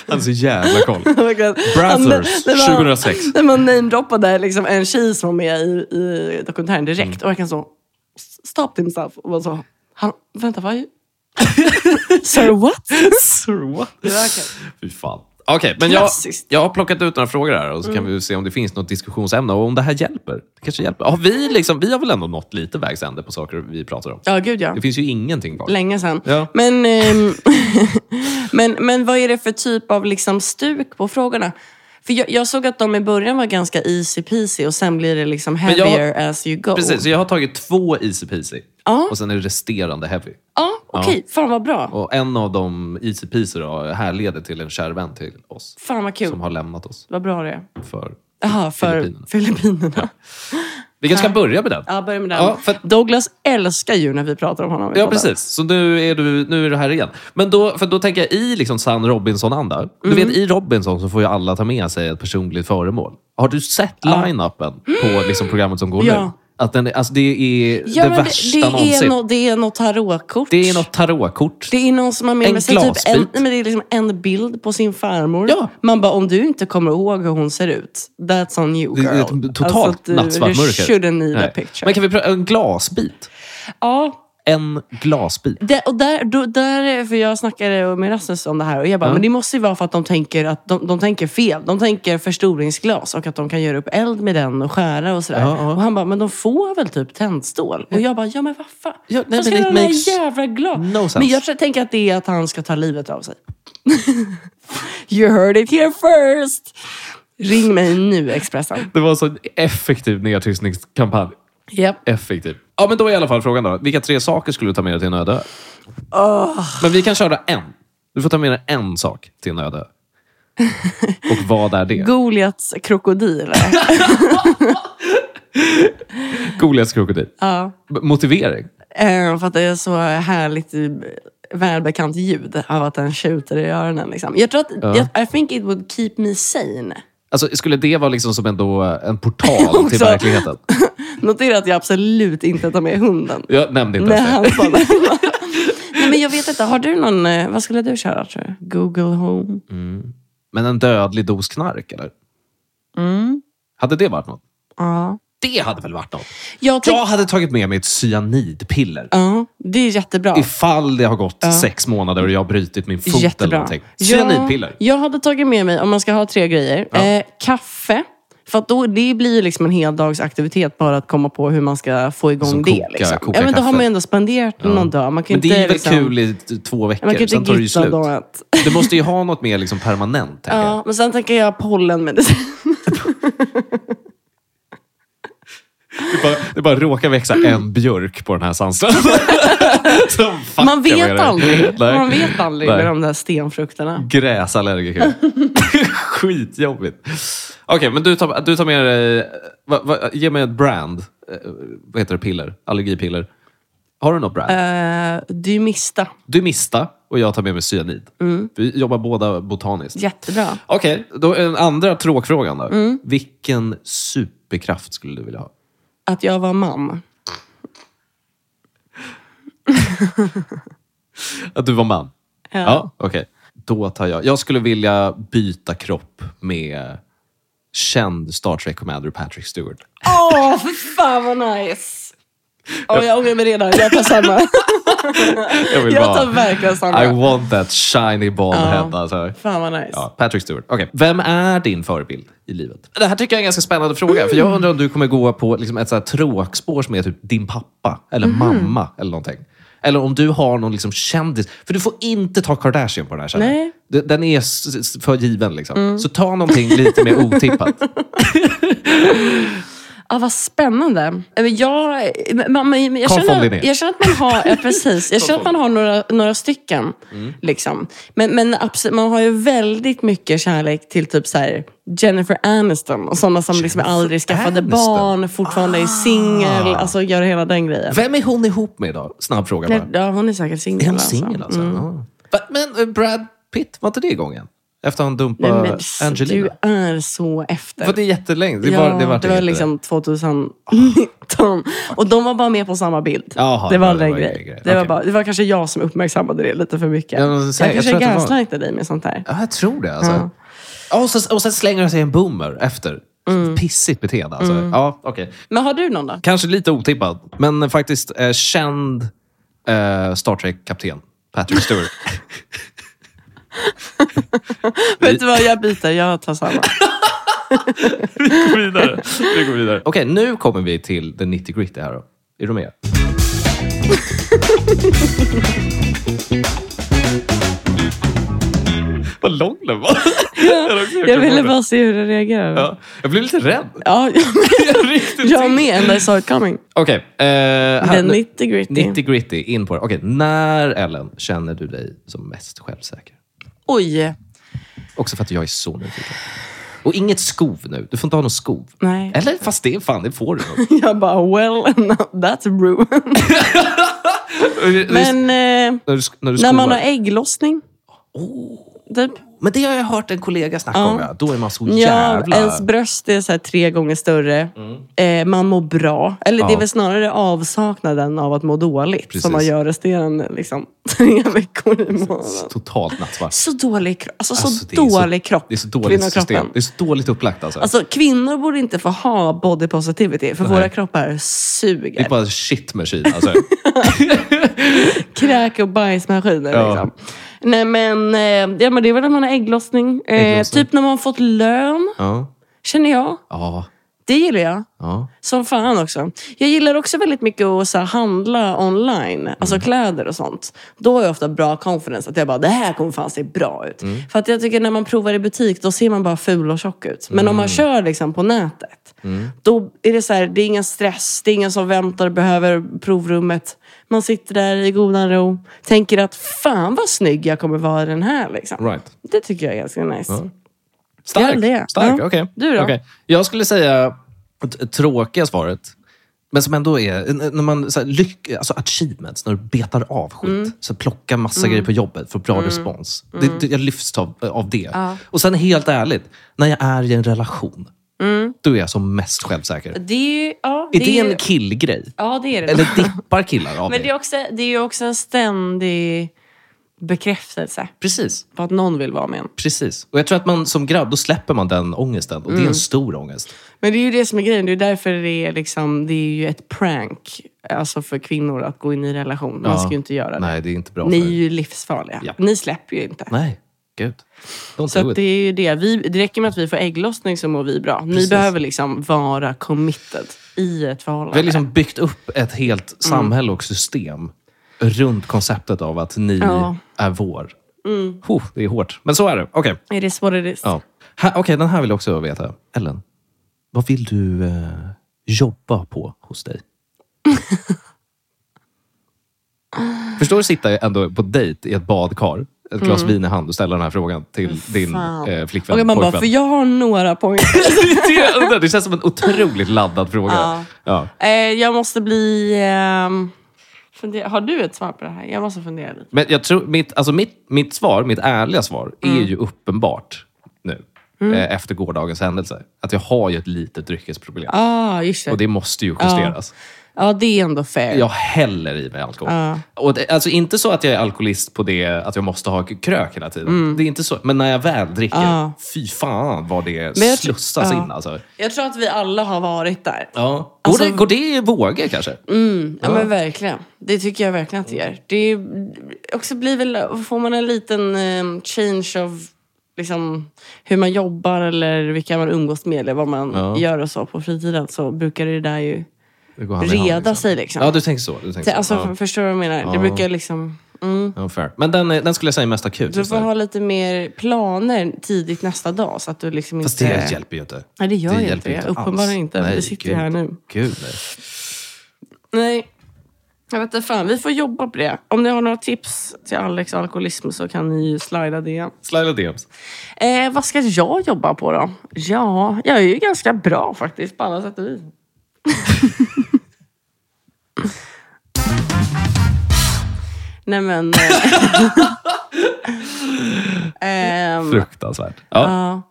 S1: Han är så jävla koll.
S2: Han-
S1: Brothers,
S2: [LAUGHS] det var-
S1: 2006.
S2: När man namedroppade liksom en tjej som var med i, i dokumentären direkt.
S1: Mm.
S2: Och jag kan så... Stop himself. Och bara så... Han, vänta, vad? är-
S1: [LAUGHS]
S2: [LAUGHS] Sir what? Det var kul.
S1: Fy fan. Okej, men jag,
S2: Klassiskt. Mm.
S1: jag har plockat ut några frågor här och så kan vi se om det finns något diskussionsämne och om det här hjälper. Det kanske hjälper. Har vi, liksom, vi har väl ändå nått lite vägs ände på saker vi pratar om?
S2: Ja, gud ja.
S1: Det finns ju ingenting kvar.
S2: Länge sedan.
S1: Ja.
S2: Men, ehm, [LAUGHS] men, men vad är det för typ av liksom stuk på frågorna? För jag, jag såg att de i början var ganska easy peasy och sen blir det liksom
S1: jag-
S2: heavier as you go.
S1: Precis, så jag har tagit två Easy Peasy
S2: Oh. Ja.
S1: och sen är det resterande Heavy.
S2: Ja, okej. Fan vad bra.
S1: Och en av de Easy Peasy då härleder till en kär vän till oss
S2: Fan vad kul.
S1: som har lämnat oss
S2: Vad bra det är.
S1: för...
S2: Jaha, för
S1: Filippinerna.
S2: Filippinerna.
S1: [LAUGHS] Vi kanske ska börja med den.
S2: Ja, börja med den.
S1: Ja, för-
S2: Douglas älskar ju när vi pratar om honom. i
S1: Ja,
S2: podden.
S1: precis. Så nu är du, nu är du här igen. Men då, för då tänker jag i liksom sann Robinson-anda. Du
S2: Mm.
S1: vet, i Robinson så får ju alla ta med sig ett personligt föremål. Har du sett line-upen på liksom programmet som går nu?
S2: Ja.
S1: Att den, är- alltså det är
S2: Ja,
S1: det
S2: men
S1: värsta
S2: det, det,
S1: någonsin.
S2: är nå, det är något tarotkort.
S1: Det är något tarotkort.
S2: Det är någon som har med
S1: En
S2: med sig typ en,
S1: glasbit.
S2: nej, men det är liksom en bild på sin farmor.
S1: Ja.
S2: Man bara, om du inte kommer ihåg hur hon ser ut, that's on you
S1: Det
S2: girl.
S1: är ett totalt
S2: Alltså att du-
S1: nattsvart mörker.
S2: You shouldn't need a
S1: Nej.
S2: picture.
S1: Men kan vi pröva en glasbit?
S2: Ja,
S1: En glasbit.
S2: det, och där, då, där, för jag snackade med Rasmus om det här och jag bara, men det måste ju vara för att de tänker, att de, de tänker fel. De tänker förstoringsglas och att de kan göra upp eld med den och skära och sådär.
S1: Ja, ja.
S2: Och han bara, men de får väl typ tändstål? Och jag bara, ja men vad fan?
S1: Ja, nej,
S2: Vad ska
S1: men
S2: jag
S1: it
S2: göra med
S1: makes
S2: den här jävla glas?
S1: no sense.
S2: men jag tror- tänker att det är att han ska ta livet av sig. [LAUGHS] you heard it here first! Ring mig nu Expressen.
S1: Det var en sån effektiv nedtystningskampanj.
S2: Yep.
S1: Effektiv. Ja, men då är i alla fall frågan då. Vilka tre saker skulle du ta med dig till en öde ö?
S2: Ah.
S1: Men vi kan köra en. Du får ta med dig en sak till en
S2: [LAUGHS]
S1: öde ö. Och vad är det?
S2: Goliats krokodil.
S1: Goliats krokodil.
S2: ja.
S1: B- Motivering.
S2: Eh, För att det är så härligt eh, välbekant ljud av att den tjuter i öronen. Liksom. Jag tror att, jag- I think it would keep me sane.
S1: Alltså, skulle det vara liksom som ändå en portal till
S2: [LAUGHS] Också.
S1: verkligheten?
S2: Notera att jag absolut inte tar med hunden.
S1: Jag nämnde inte
S2: Nej,
S1: ens
S2: han
S1: det.
S2: sa det. Nej, men jag vet inte. Har du någon... eh, Vad skulle du köra, tror du? Google Home?
S1: Men en dödlig dos knark, eller?
S2: Mm.
S1: Hade det varit något?
S2: Ja.
S1: Det hade väl varit något?
S2: Jag tänk,
S1: Jag hade tagit med mig ett cyanidpiller.
S2: ja, det är jättebra.
S1: Ifall det har gått sex månader och jag har brutit min fot eller
S2: Jättebra.
S1: någonting.
S2: Jag,
S1: Cyanidpiller.
S2: jag hade tagit med mig, om man ska ha tre grejer, eh, kaffe. För att då, det blir ju liksom en heldagsaktivitet bara att komma på hur man ska få igång
S1: Som
S2: det.
S1: koka-
S2: liksom.
S1: koka
S2: ja, men då har
S1: kaffe.
S2: man ju ändå spenderat någon dag. Man kan
S1: Men
S2: inte,
S1: det är väl
S2: liksom,
S1: kul i t- två veckor,
S2: Man kan
S1: sen
S2: inte
S1: tar det ju
S2: gitta
S1: slut.
S2: då att...
S1: Du måste ju ha något mer liksom permanent. tänker jag.
S2: Ja, men sen tänker
S1: [LAUGHS]
S2: jag pollenmedicin.
S1: Det, bara, det bara råkar växa en björk på den här
S2: [LAUGHS]
S1: sandstranden. Som fuckar
S2: Man
S1: med
S2: vet
S1: det.
S2: aldrig.
S1: [LAUGHS] Nej.
S2: Man vet aldrig
S1: Nej.
S2: med de där stenfrukterna. [LAUGHS]
S1: Gräsallergiker. Skitjobbigt. Okej, men du tar, du tar med dig... Va, va, ge mig ett brand. Eh, vad heter det? Piller? Allergipiller. Har du något brand?
S2: Eh, du mista.
S1: Du mista och jag tar med mig cyanid.
S2: Mm.
S1: Vi jobbar båda botaniskt.
S2: Jättebra.
S1: Okej, då är den andra tråkfrågan då.
S2: Mm.
S1: Vilken superkraft skulle du vilja ha?
S2: Att jag var mam.
S1: Att du var man?
S2: Ja.
S1: Okej, då tar jag. Jag skulle vilja byta kropp med känd Star Trek Commander Patrick Stewart.
S2: Åh, för fan vad nice! Åh, jag ångrar mig redan. Jag tar samma.
S1: Jag, vill
S2: Jag tar verkligen
S1: I
S2: samma.
S1: want that shiny bald head. Alltså.
S2: Fan vad nice.
S1: Ja, Patrick Stewart. Okej. Vem är din förebild i livet? Det här tycker jag är en ganska spännande fråga. För Jag
S2: Mm.
S1: undrar om du kommer gå på liksom ett så här tråkspår som är typ din pappa eller
S2: Mm.
S1: mamma eller någonting. Eller om du har någon liksom kändis. För du får inte ta Kardashian på den här kärnan.
S2: Nej. Mm.
S1: D- Den är s- s- för given. Liksom. Så ta någonting lite mer
S2: [LAUGHS]
S1: otippat.
S2: Ah, vad spännande. Eh, men Jag, men- men- men jag,
S1: Carl von Linné.
S2: känner, jag känner att man har, ja, precis, jag känner att man har några, några stycken. Liksom. Men, men absolut, man har ju väldigt mycket kärlek till typ så här Jennifer Aniston och sådana som liksom aldrig skaffade
S1: Aniston.
S2: barn, fortfarande är singel, alltså gör hela den grejen.
S1: Vem är hon ihop med idag? Snabb fråga bara.
S2: Ja, hon är säkert
S1: Är alltså?
S2: singel. alltså.
S1: hon singel alltså? Ja. Va- Men eh, Brad Pitt, var inte det igång än? Efter han
S2: Nej,
S1: dumpade
S2: men s-
S1: Angelina.
S2: du är så efter.
S1: För det är jättelänge. Det,
S2: ja,
S1: var, det, var,
S2: det var liksom 2019. Och de var bara med på samma bild.
S1: Jaha,
S2: det
S1: ja,
S2: var
S1: det
S2: aldrig en
S1: var
S2: grej.
S1: ingen grej.
S2: Det, var
S1: Okej.
S2: bara, det var kanske jag som uppmärksammade det lite för mycket.
S1: Ja, men säkert.
S2: jag kanske
S1: Jag tror att det var-
S2: gaslightade dig med sånt här.
S1: Ja, jag tror det. Alltså.
S2: Ja.
S1: Ja, Och, sen, och sen slänger han sig en boomer efter. Pissigt beteende. Alltså. Ja, okej.
S2: Men har du någon då?
S1: Kanske lite otippad, men faktiskt eh, känd eh, Star Trek-kapten. Patrick [LAUGHS] Stewart.
S2: Vet du vad, jag byter. Jag
S1: [LAUGHS]
S2: tar samma.
S1: går vidare. Vi går vidare. Okej, nu kommer vi till den 90 gritty här då. Är du med? [LAUGHS] Vad lång den var.
S2: Jag ville bara se hur du reagerar. Ja,
S1: Ja, jag blev lite rädd. [LAUGHS] Riktigt
S2: jag med. And I saw it coming.
S1: Okej. eh, här-
S2: Den
S1: nu-
S2: 90 gritty.
S1: 90 gritty, in på det. Okej, när Ellen känner du dig som mest självsäker?
S2: Oj.
S1: Också för att jag är så nyfiken. Och inget skov nu. Du får inte ha någon skov.
S2: Nej.
S1: Eller fast det, fan, det får du
S2: [LAUGHS]
S1: nog.
S2: [LAUGHS] Jag bara, well, [LAUGHS] that's ruined. Men eh,
S1: när du, sk- när du Oh.
S2: när
S1: skovar.
S2: man har ägglossning. Typ.
S1: Men det har jag hört en kollega snacka om. Ja. Då är man så
S2: Ja,
S1: jävla...
S2: ens bröst är så här tre gånger större. Eh, man mår bra. Eller det är
S1: Mm. Ja.
S2: väl snarare avsaknaden av att må dåligt
S1: Precis.
S2: som man gör resterande liksom, [LAUGHS] tre veckor i månaden.
S1: Totalt nattsvart.
S2: Så dålig kropp. Alltså, så
S1: Alltså, det är så-
S2: dålig kropp.
S1: Det är så dåligt
S2: kvinnokroppen.
S1: system. Det är så dåligt upplagt. Alltså.
S2: Alltså, kvinnor borde inte få ha body positivity, för våra kroppar
S1: det är
S2: suger.
S1: bara shit machine.
S2: [LAUGHS]
S1: Alltså.
S2: Kräk och bajsmaskiner.
S1: Ja.
S2: Liksom. Nej, men, eh, ja, men det är väl när man har ägglossning. Eh,
S1: Ägglossning.
S2: Typ när man har fått lön,
S1: ja.
S2: känner jag.
S1: Ja.
S2: Det gillar jag.
S1: Ja.
S2: Som fan också. Jag gillar också väldigt mycket att så här, handla online, alltså kläder och sånt. Då har jag ofta bra confidence, att jag bara, det här kommer fan se bra ut. För att jag tycker när man provar i butik, då ser man bara ful och tjock ut. Men om man kör liksom på nätet, då är det så här, det är ingen stress, det är ingen som väntar och behöver provrummet. Man sitter där i godan ro, tänker att fan vad snygg jag kommer vara i den här. Liksom.
S1: Right.
S2: Det tycker jag är ganska nice.
S1: Stark.
S2: Gör det.
S1: Stark,
S2: Ja.
S1: okej.
S2: Du då?
S1: Okej. Jag skulle säga t- tråkiga svaret, men som ändå är n- när man, så här, lyck, alltså achievements, när du betar av skit.
S2: Mm.
S1: Så plocka massa grejer på jobbet, får bra respons. Det, det, jag lyfts av, eh, av det. Och sen helt ärligt, när jag är i en relation, då är jag som mest självsäker.
S2: Mm. Det är ju, ja,
S1: är det
S2: är ju-
S1: en killgrej?
S2: Ja, det är det.
S1: Eller dippar killar av
S2: Men det är, också, det är ju också en ständig bekräftelse
S1: Precis.
S2: på att någon vill vara med en.
S1: Precis. Och jag tror att man som grabb, då släpper man den ångesten. Och
S2: Mm.
S1: det är en stor ångest.
S2: Men det är ju det som är grejen. Det är därför det är, liksom, det är ju ett prank alltså för kvinnor att gå in i en relation. Man
S1: Ja.
S2: ska ju inte göra det.
S1: Nej, det är inte bra
S2: Ni
S1: för
S2: är ju livsfarliga.
S1: Ja.
S2: Ni släpper ju inte.
S1: Nej, gud. Don't
S2: Så
S1: do
S2: att
S1: it.
S2: det är ju det. Vi, det räcker med att vi får ägglossning så mår vi bra. Ni
S1: Precis.
S2: behöver liksom vara committed i ett förhållande.
S1: Vi har liksom byggt upp ett
S2: Mm.
S1: helt samhälle och system runt konceptet av att ni
S2: Ja. Mm.
S1: är vår. Huh, det är hårt, men så är det. Okej,
S2: Är det svårare? det
S1: ja. Här- Okej, den här vill jag också veta. Ellen, vad vill du eh, jobba på hos
S2: [LAUGHS]
S1: dig? Förstår du att sitta ändå på dejt i ett badkar, ett glas vin i hand och ställa den här frågan till din
S2: Mm. Fan.
S1: eh, flickvän,
S2: Okej, man bara,
S1: pojkvän?
S2: för jag har några poäng.
S1: [LAUGHS] det, det känns som en otroligt laddad fråga.
S2: Ja.
S1: Ja.
S2: Eh, jag måste bli... ehm, fundera. Har du ett svar på det här? Jag måste fundera lite.
S1: Men jag tror, mitt, alltså mitt, mitt svar, mitt ärliga svar, är
S2: Mm.
S1: ju uppenbart nu. Eh, efter gårdagens händelse. Att jag har ju ett litet dryckesproblem.
S2: Ja, ah, just
S1: Och
S2: det.
S1: det måste ju justeras.
S2: Ja, det är ändå fair.
S1: Jag häller i mig alkohol. Och det, alltså inte så att jag är alkoholist på det att jag måste ha krök hela tiden.
S2: Mm.
S1: Det är inte så. Men när jag väl dricker, fy fan vad det
S2: Men jag tr-
S1: slussas
S2: ja.
S1: in alltså.
S2: Jag tror att vi alla har varit där. Ja,
S1: Ja. Går,
S2: Alltså-
S1: det, går det i vågor kanske?
S2: Mm. men verkligen. Det tycker jag verkligen att det gör. Det är, också blir väl, får man en liten eh, change of liksom, hur man jobbar eller vilka man umgås med eller vad man
S1: Ja.
S2: gör och så på fritiden så brukar det där ju
S1: Det går hand i hand,
S2: reda
S1: liksom.
S2: sig. Liksom.
S1: Ja, du tänker så. Du tänker så.
S2: alltså,
S1: ja.
S2: Förstår du vad jag menar? Det brukar liksom... Mm.
S1: Ja, fair. Men den, är- den skulle jag säga är mest akut.
S2: Du
S1: just
S2: får
S1: nu.
S2: ha lite mer planer tidigt nästa dag så att du liksom
S1: Fast
S2: inte...
S1: det hjälper ju inte.
S2: Nej, det gör ju inte
S1: hjälper
S2: det. Uppenbarligen
S1: alls.
S2: inte. Vi sitter ju
S1: gud.
S2: här nu.
S1: Gud, nej.
S2: Nej. Jag vet inte fan, vi får jobba på det. Om ni har några tips till Alex och alkoholism så kan ni ju slida det.
S1: Slida DMs.
S2: Eh, vad ska jag jobba på då? Ja, jag är ju ganska bra faktiskt på alla sätt och vis. [LAUGHS]
S1: [LAUGHS]
S2: Nej men... eh, [LAUGHS] Ehm,
S1: Fruktansvärt. Ja.
S2: ja.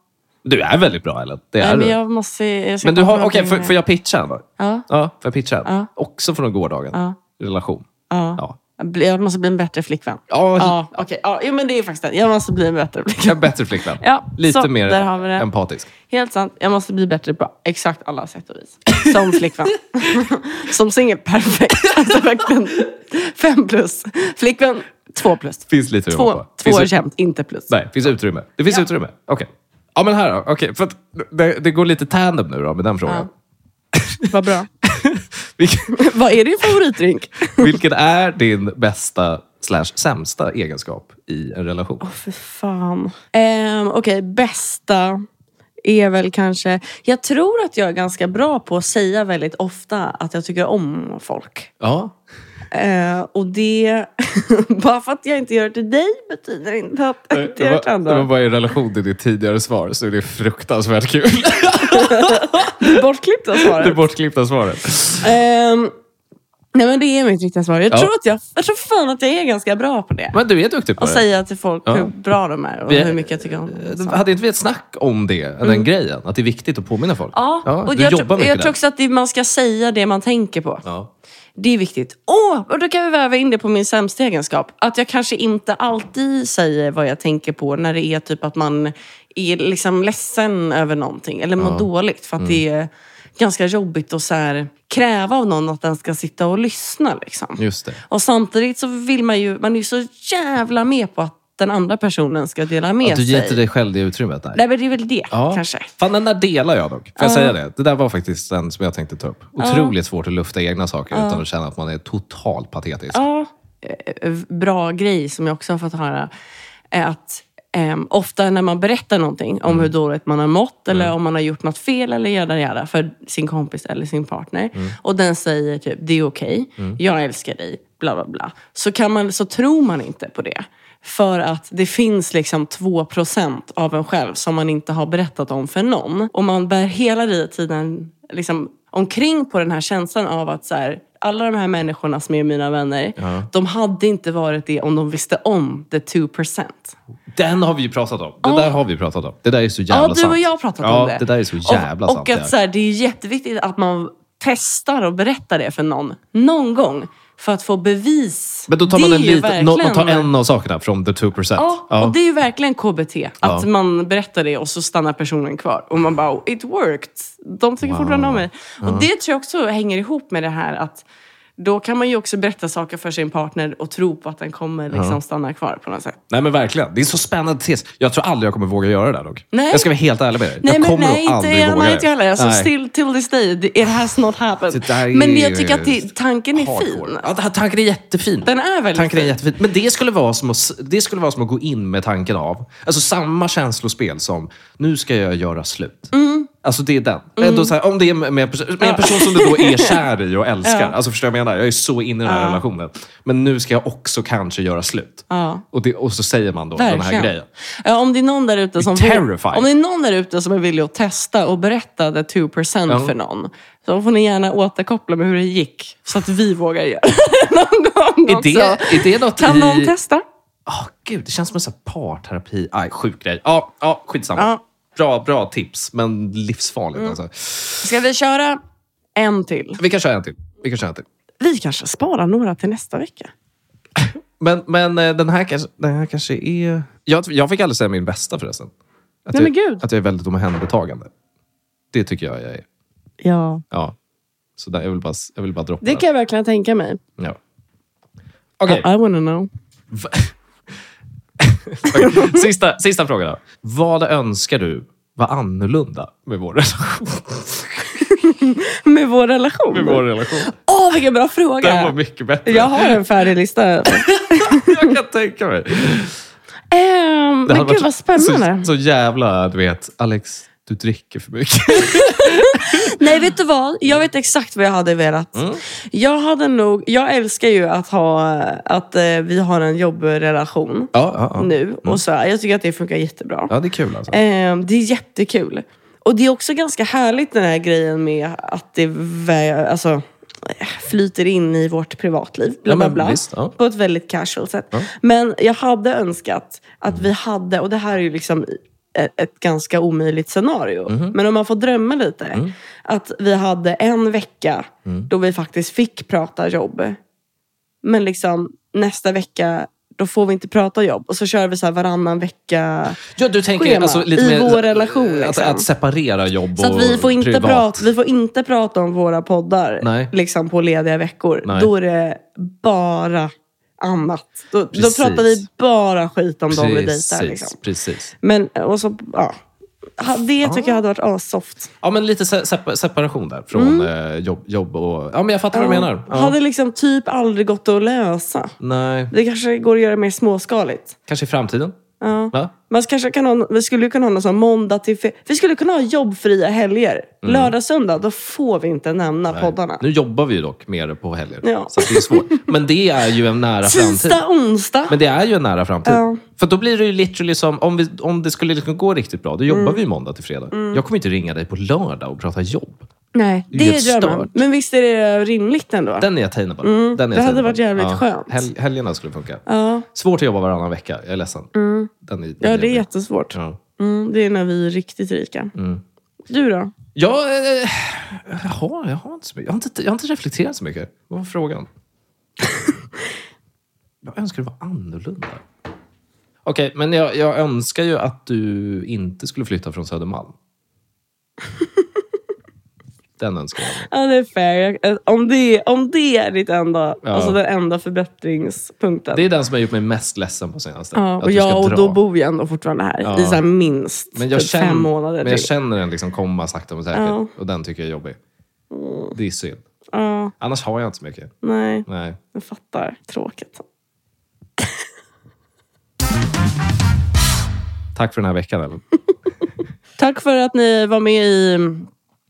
S1: Du är väldigt bra Ellen. Det är
S2: Nej, men
S1: du.
S2: jag måste... Jag ska
S1: men du
S2: komma
S1: har,
S2: på
S1: okej,
S2: någonting
S1: får,
S2: här.
S1: får jag pitcha en då?
S2: Ja.
S1: Ja, får jag pitcha en?
S2: Ja.
S1: Också från gårdagen.
S2: Ja.
S1: Relation.
S2: Ja.
S1: Ja.
S2: Jag bli- Jag måste bli en bättre flickvän.
S1: Ja,
S2: Ja, okej. Ja, jo, men det är faktiskt det. Jag måste bli en bättre flickvän.
S1: En bättre flickvän.
S2: [LAUGHS] Ja,
S1: Lite
S2: så,
S1: mer
S2: där har vi det.
S1: empatisk.
S2: Helt sant. Jag måste bli bättre på exakt alla sätt och vis. Som [LAUGHS] flickvän. Som singel, perfekt. Alltså verkligen. Fem plus. Flickvän, två plus.
S1: Finns lite att
S2: Två,
S1: jobba på.
S2: två
S1: Finns
S2: är
S1: ut-
S2: jämnt, inte plus.
S1: Nej, finns utrymme. Det finns utrymme. Okej. Ja, men här då. Okej, för att det, det går lite tandem nu då med den [LAUGHS] frågan.
S2: Vad bra.
S1: Vilken,
S2: Vad är din favoritdrink?
S1: vilken är din bästa slash sämsta egenskap i en relation?
S2: För fan. Ehm, Okej, bästa är väl kanske... Jag tror att jag är ganska bra på att säga väldigt ofta att jag tycker om folk.
S1: Ja.
S2: Eh, och det... [LAUGHS] bara för att jag inte gör det till dig betyder inte att jag inte
S1: Det
S2: gör det till
S1: var,
S2: andra.
S1: det var bara i relation till ditt tidigare svar, så det är fruktansvärt kul.
S2: Det bortklippta
S1: [LAUGHS]
S2: svaret.
S1: Det bortklippta svaret.
S2: Ehm, nej men det är mitt riktiga svar. Jag,
S1: Ja.
S2: tror att jag, jag tror fan att jag är ganska bra på det.
S1: Men du är duktig på
S2: Att
S1: det.
S2: säga till folk
S1: Ja.
S2: hur bra de är och
S1: Vi är- eh,
S2: hur mycket jag tycker om dem. Så.
S1: Hade inte vi ett snack om det, den grejen? Att det är viktigt att påminna folk?
S2: Mm. Ja, och
S1: du
S2: jag,
S1: jobbar
S2: tror,
S1: mycket
S2: jag tror
S1: där.
S2: också att det, man ska säga det man tänker på.
S1: Ja.
S2: Det är viktigt. Åh, och då kan vi väva in det på min sämsta egenskap. Att jag kanske inte alltid säger vad jag tänker på när det är typ att man är liksom ledsen över någonting eller mår dåligt.
S1: Mm.
S2: För att det är ganska jobbigt att så här kräva av någon att den ska sitta och lyssna. Liksom.
S1: Just det.
S2: Och samtidigt så vill man ju, man är ju så jävla med på att den andra personen ska dela med
S1: Att du ger
S2: sig.
S1: inte dig själv det utrymmet där.
S2: Nej men det är väl det
S1: Ja.
S2: kanske.
S1: Fan, den där delar jag dock. Får jag säga det? Det där var faktiskt den som jag tänkte ta upp. Otroligt svårt att lufta egna saker utan att känna att man är totalt patetisk.
S2: Ja, eh, bra grej som jag också har fått höra. Är att ehm, ofta när man berättar någonting om hur dåligt man har mått eller om man har gjort något fel eller jada jada för sin kompis eller sin partner. Och den säger typ, det är okej, jag älskar dig, bla bla bla. Så, kan man, så tror man inte på det. För att det finns liksom 2% av en själv som man inte har berättat om för någon. Och man bär hela tiden liksom omkring på den här känslan av att så här, alla de här människorna som är mina vänner, de hade inte varit det om de visste om the 2%.
S1: Den har vi ju pratat om. Det där har vi pratat om. Det där är så jävla
S2: Ja, du
S1: sant.
S2: och jag har pratat
S1: ja,
S2: om det.
S1: det där är så jävla
S2: och,
S1: sant.
S2: Och att
S1: det
S2: så
S1: är.
S2: här, det är jätteviktigt att man testar och berättar det för någon, någon gång, för att få bevis.
S1: Men då tar
S2: Det
S1: man, en
S2: är ju
S1: liten, no, man tar
S2: verkligen-
S1: en av sakerna från the 2%.
S2: Ja, och det är ju verkligen KBT. Att man berättar det och så stannar personen kvar. Och man bara, "Oh, it worked. De tycker fortfarande om mig. Och det tror jag också hänger ihop med det här att då kan man ju också berätta saker för sin partner och tro på att den kommer liksom stanna kvar på något sätt.
S1: Nej men verkligen. Det är så spännande tes. Jag tror aldrig jag kommer våga göra det där dock.
S2: Nej.
S1: Jag ska vara helt ärlig med dig.
S2: Nej,
S1: jag
S2: men
S1: kommer
S2: nej,
S1: nog
S2: inte,
S1: aldrig våga
S2: nej, inte jag heller. Alltså,
S1: Nej.
S2: still till this day, det- it has not happened.
S1: Det där är
S2: Men
S1: ju
S2: jag tycker att det, tanken är
S1: Hardcore.
S2: fin.
S1: Ja, den här tanken är jättefin.
S2: Den är väldigt
S1: tanken är
S2: fin.
S1: jättefin. Men det skulle, vara som att, s- det skulle vara som att gå in med tanken av, alltså samma känslospel som, nu ska jag göra slut.
S2: Mm.
S1: Alltså det är den. Ändå så här, om det är med, med, en person- med en person som du då
S2: [LAUGHS]
S1: är kär i och älskar. Alltså förstår jag vad jag menar? Jag är så inne i den här relationen. Men nu ska jag också kanske göra slut. Och, det, och så säger man då den här
S2: Verkligen.
S1: grejen.
S2: Ja, om det är någon där ute som
S1: terrifying.
S2: om det är någon där ute som är villig att testa och berätta the 2% för någon, så får ni gärna återkoppla med hur det gick, så att vi vågar göra det [LAUGHS] någon gång
S1: Är det,
S2: också.
S1: är det något
S2: Kan
S1: i...
S2: någon testa?
S1: Ah, gud, det känns som en sån här parterapi. Aj, sjuk grej. Ja, ah, skitsamma.
S2: Ja. Mm.
S1: Bra, bra tips, men livsfarligt. Alltså.
S2: Ska vi köra en till?
S1: Vi kan köra en till. Vi kan köra en till.
S2: Vi kanske sparar några till nästa vecka.
S1: Men, men eh, den, här kanske, den här kanske är... Jag, jag fick aldrig säga min bästa förresten. Att jag,
S2: Nej, men gud.
S1: Att jag är väldigt omhändertagande. Det tycker jag jag är.
S2: Ja,
S1: Ja. Så där, jag, vill bara, s- jag vill bara droppa
S2: det kan jag verkligen tänka mig.
S1: den. Ja. Okej,
S2: I wanna know.
S1: okej. sista, sista frågan då. Vad önskar du var annorlunda med vår relation?
S2: Med vår relation?
S1: Med vår relation.
S2: Åh, vilken bra fråga!
S1: Den var mycket bättre.
S2: Jag har en
S1: [LAUGHS]
S2: färdig lista.
S1: Jag kan tänka mig.
S2: Ehm, men gud vad
S1: Så,
S2: spännande.
S1: så jävla, du vet, Alex, du dricker för mycket.
S2: [LAUGHS] Nej, vet du vad? Jag vet exakt vad jag hade velat. Jag hade nog... Jag älskar ju att, ha, att eh, vi har en jobbrelation
S1: ja, ja, ja.
S2: nu. Och så, här. jag tycker att det funkar jättebra.
S1: ja, det är kul alltså.
S2: Ehm, det är jättekul. Och det är också ganska härligt den här grejen med att det... vä- Alltså, flyter in i vårt privatliv. Bla,
S1: Ja,
S2: bla,
S1: men
S2: bla,
S1: visst, ja.
S2: På ett väldigt casual sätt.
S1: Ja.
S2: Men jag hade önskat att vi hade, och det här är ju liksom ett, ett ganska omöjligt scenario.
S1: Mhm.
S2: Men om man får drömma lite.
S1: Mm.
S2: Att vi hade en vecka då vi faktiskt fick prata jobb. Men liksom nästa vecka, då får vi inte prata jobb. Och så kör vi så här varannan vecka.
S1: Ja, du tänker
S2: Schema,
S1: alltså, lite
S2: i
S1: mer,
S2: vår relation,
S1: Att,
S2: liksom.
S1: att separera jobb
S2: Så
S1: och
S2: att vi får, inte
S1: privat.
S2: prata, vi får inte prata om våra poddar
S1: Nej.
S2: liksom på lediga veckor.
S1: Nej.
S2: Då är det bara annat. Då, då
S1: Precis.
S2: pratar vi bara skit om dem vi
S1: Precis,
S2: dejtar. Liksom.
S1: precis.
S2: Men, och så, ja. Ha- Det tycker jag hade varit assoft.
S1: Ja, men lite se- sepa- separation där från
S2: Mm.
S1: eh, jobb, jobb och... Ja, men jag fattar vad du menar. Ja.
S2: Hade liksom typ aldrig gått att lösa.
S1: Nej,
S2: Det kanske går att göra mer småskaligt.
S1: kanske i framtiden.
S2: Ja.
S1: Va?
S2: Man kanske kan ha, vi skulle ju kunna ha någon sån måndag till fe- Vi skulle kunna ha jobbfria helger.
S1: Mm.
S2: Lördag, söndag, då får vi inte nämna poddarna.
S1: Nu jobbar vi ju dock mer på helger,
S2: Ja.
S1: så att det är svårt. Men det är ju en nära framtid.
S2: Tisdag, onsdag.
S1: Men det är ju en nära framtid.
S2: Ja.
S1: För då blir det ju literally som, om, vi, om det skulle liksom gå riktigt bra, då jobbar
S2: Mm.
S1: vi ju måndag till fredag. Jag kommer inte ringa dig på lördag och prata jobb.
S2: Nej,
S1: Det är
S2: det
S1: helt
S2: är drömmen.
S1: stört.
S2: Men visst är det rimligt ändå?
S1: Den är jag tainad på. Den är
S2: Mm. det
S1: jag
S2: hade
S1: tainad på.
S2: varit jävligt
S1: ja.
S2: skönt.
S1: Hel- helgerna skulle funka.
S2: ja. Mm.
S1: Svårt att jobba varannan vecka, jag är ledsen. Den är, den
S2: ja, det är
S1: jobbig.
S2: jättesvårt.
S1: Ja. Mm.
S2: Mm, det är när vi är riktigt rika. Du då?
S1: Jag, eh, jaha, jag, har inte så mycket. jag, har inte, jag har inte reflekterat så mycket. Vad var
S2: [LAUGHS]
S1: frågan? jag önskar det var annorlunda. Okej, men jag, jag önskar ju att du inte skulle flytta från
S2: [LAUGHS]
S1: Södermalm. Den önskar jag. mig.
S2: Ja, det är fair. Jag- eh, Om det, om det är ditt enda,
S1: Ja.
S2: alltså den enda förbättringspunkten.
S1: Det är den som har gjort mig mest ledsen på senaste.
S2: ja,
S1: Att
S2: och
S1: du ska
S2: jag och
S1: dra.
S2: då bor jag ändå fortfarande här
S1: Ja.
S2: i så här minst
S1: men jag
S2: typ
S1: känner,
S2: fem månader
S1: Men jag
S2: till.
S1: känner den liksom komma sakta men säkert.
S2: Ja. Mm.
S1: Och den tycker jag är jobbig. Det är synd.
S2: Ja,
S1: Annars har jag inte så mycket.
S2: nej,
S1: Nej.
S2: jag fattar. Tråkigt.
S1: Tack för den här veckan, Ellen.
S2: Tack för att ni var med i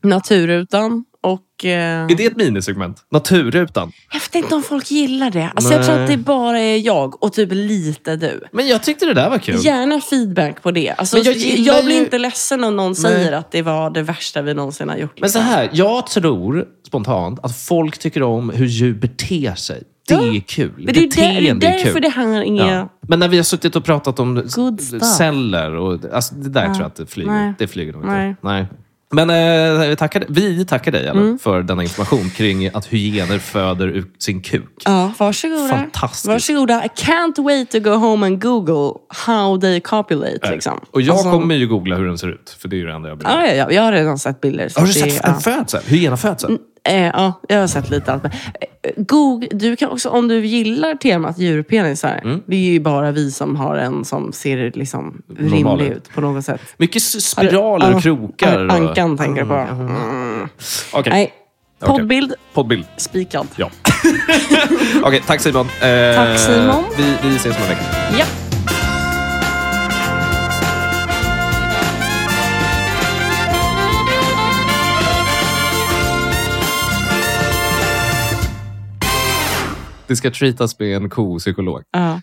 S2: Naturutan. Och, eh,
S1: Är det ett minisegment? Naturrutan.
S2: Jag vet inte om folk gillar det. Alltså, jag
S1: Nej.
S2: tror att det bara är jag och typ lite du.
S1: Men jag tyckte det där var kul.
S2: Gärna feedback på det. Alltså,
S1: Men
S2: jag,
S1: jag gillar
S2: blir
S1: ju-
S2: inte ledsen om någon säger att det var det värsta vi någonsin har gjort.
S1: Men så här, jag tror spontant att folk tycker om hur djur beter sig. Det är kul.
S2: Men det är, ju där, det är
S1: Beteende är
S2: därför
S1: kul.
S2: det här är...
S1: Ja. Men när vi har suttit och pratat om
S2: Good stuff.
S1: celler och alltså, det där tror jag att det flyger.
S2: Nej.
S1: Det flyger nog
S2: Nej.
S1: inte. Nej. Men eh, vi, tackar, vi tackar dig Ellen,
S2: Mm.
S1: för denna information kring att hyener föder ur sin kuk.
S2: Ja, varsågoda.
S1: Fantastiskt.
S2: Varsågoda. I can't wait to go home and google how they copulate. Liksom.
S1: Äh, Och jag
S2: Alltså,
S1: kommer ju googla hur den ser ut, för det är ju det enda jag bryr mig om.
S2: Ja, ja, ja, jag har redan sett bilder. så
S1: Har du
S2: det-
S1: sett en födsel? Hyenafödsel?
S2: Ja, eh, ja, jag har sett lite allt. Men, eh, Google, du kan också, om du gillar temat djurpenisar,
S1: Mm.
S2: det är ju bara vi som har en som ser liksom
S1: Normal
S2: rimlig
S1: ut.
S2: ut på något sätt.
S1: Mycket s- spiraler
S2: Ja,
S1: och krokar. och-
S2: Ankan tänker jag på.
S1: Okej. Okej.
S2: Nej, poddbild
S1: Poddbild.
S2: spikad. [LAUGHS]
S1: Ja. Okej, tack Simon. Eh,
S2: Tack, Simon.
S1: Vi, vi ses om en vecka.
S2: Ja.
S1: Det ska treatas med en ko-psykolog.
S2: ja.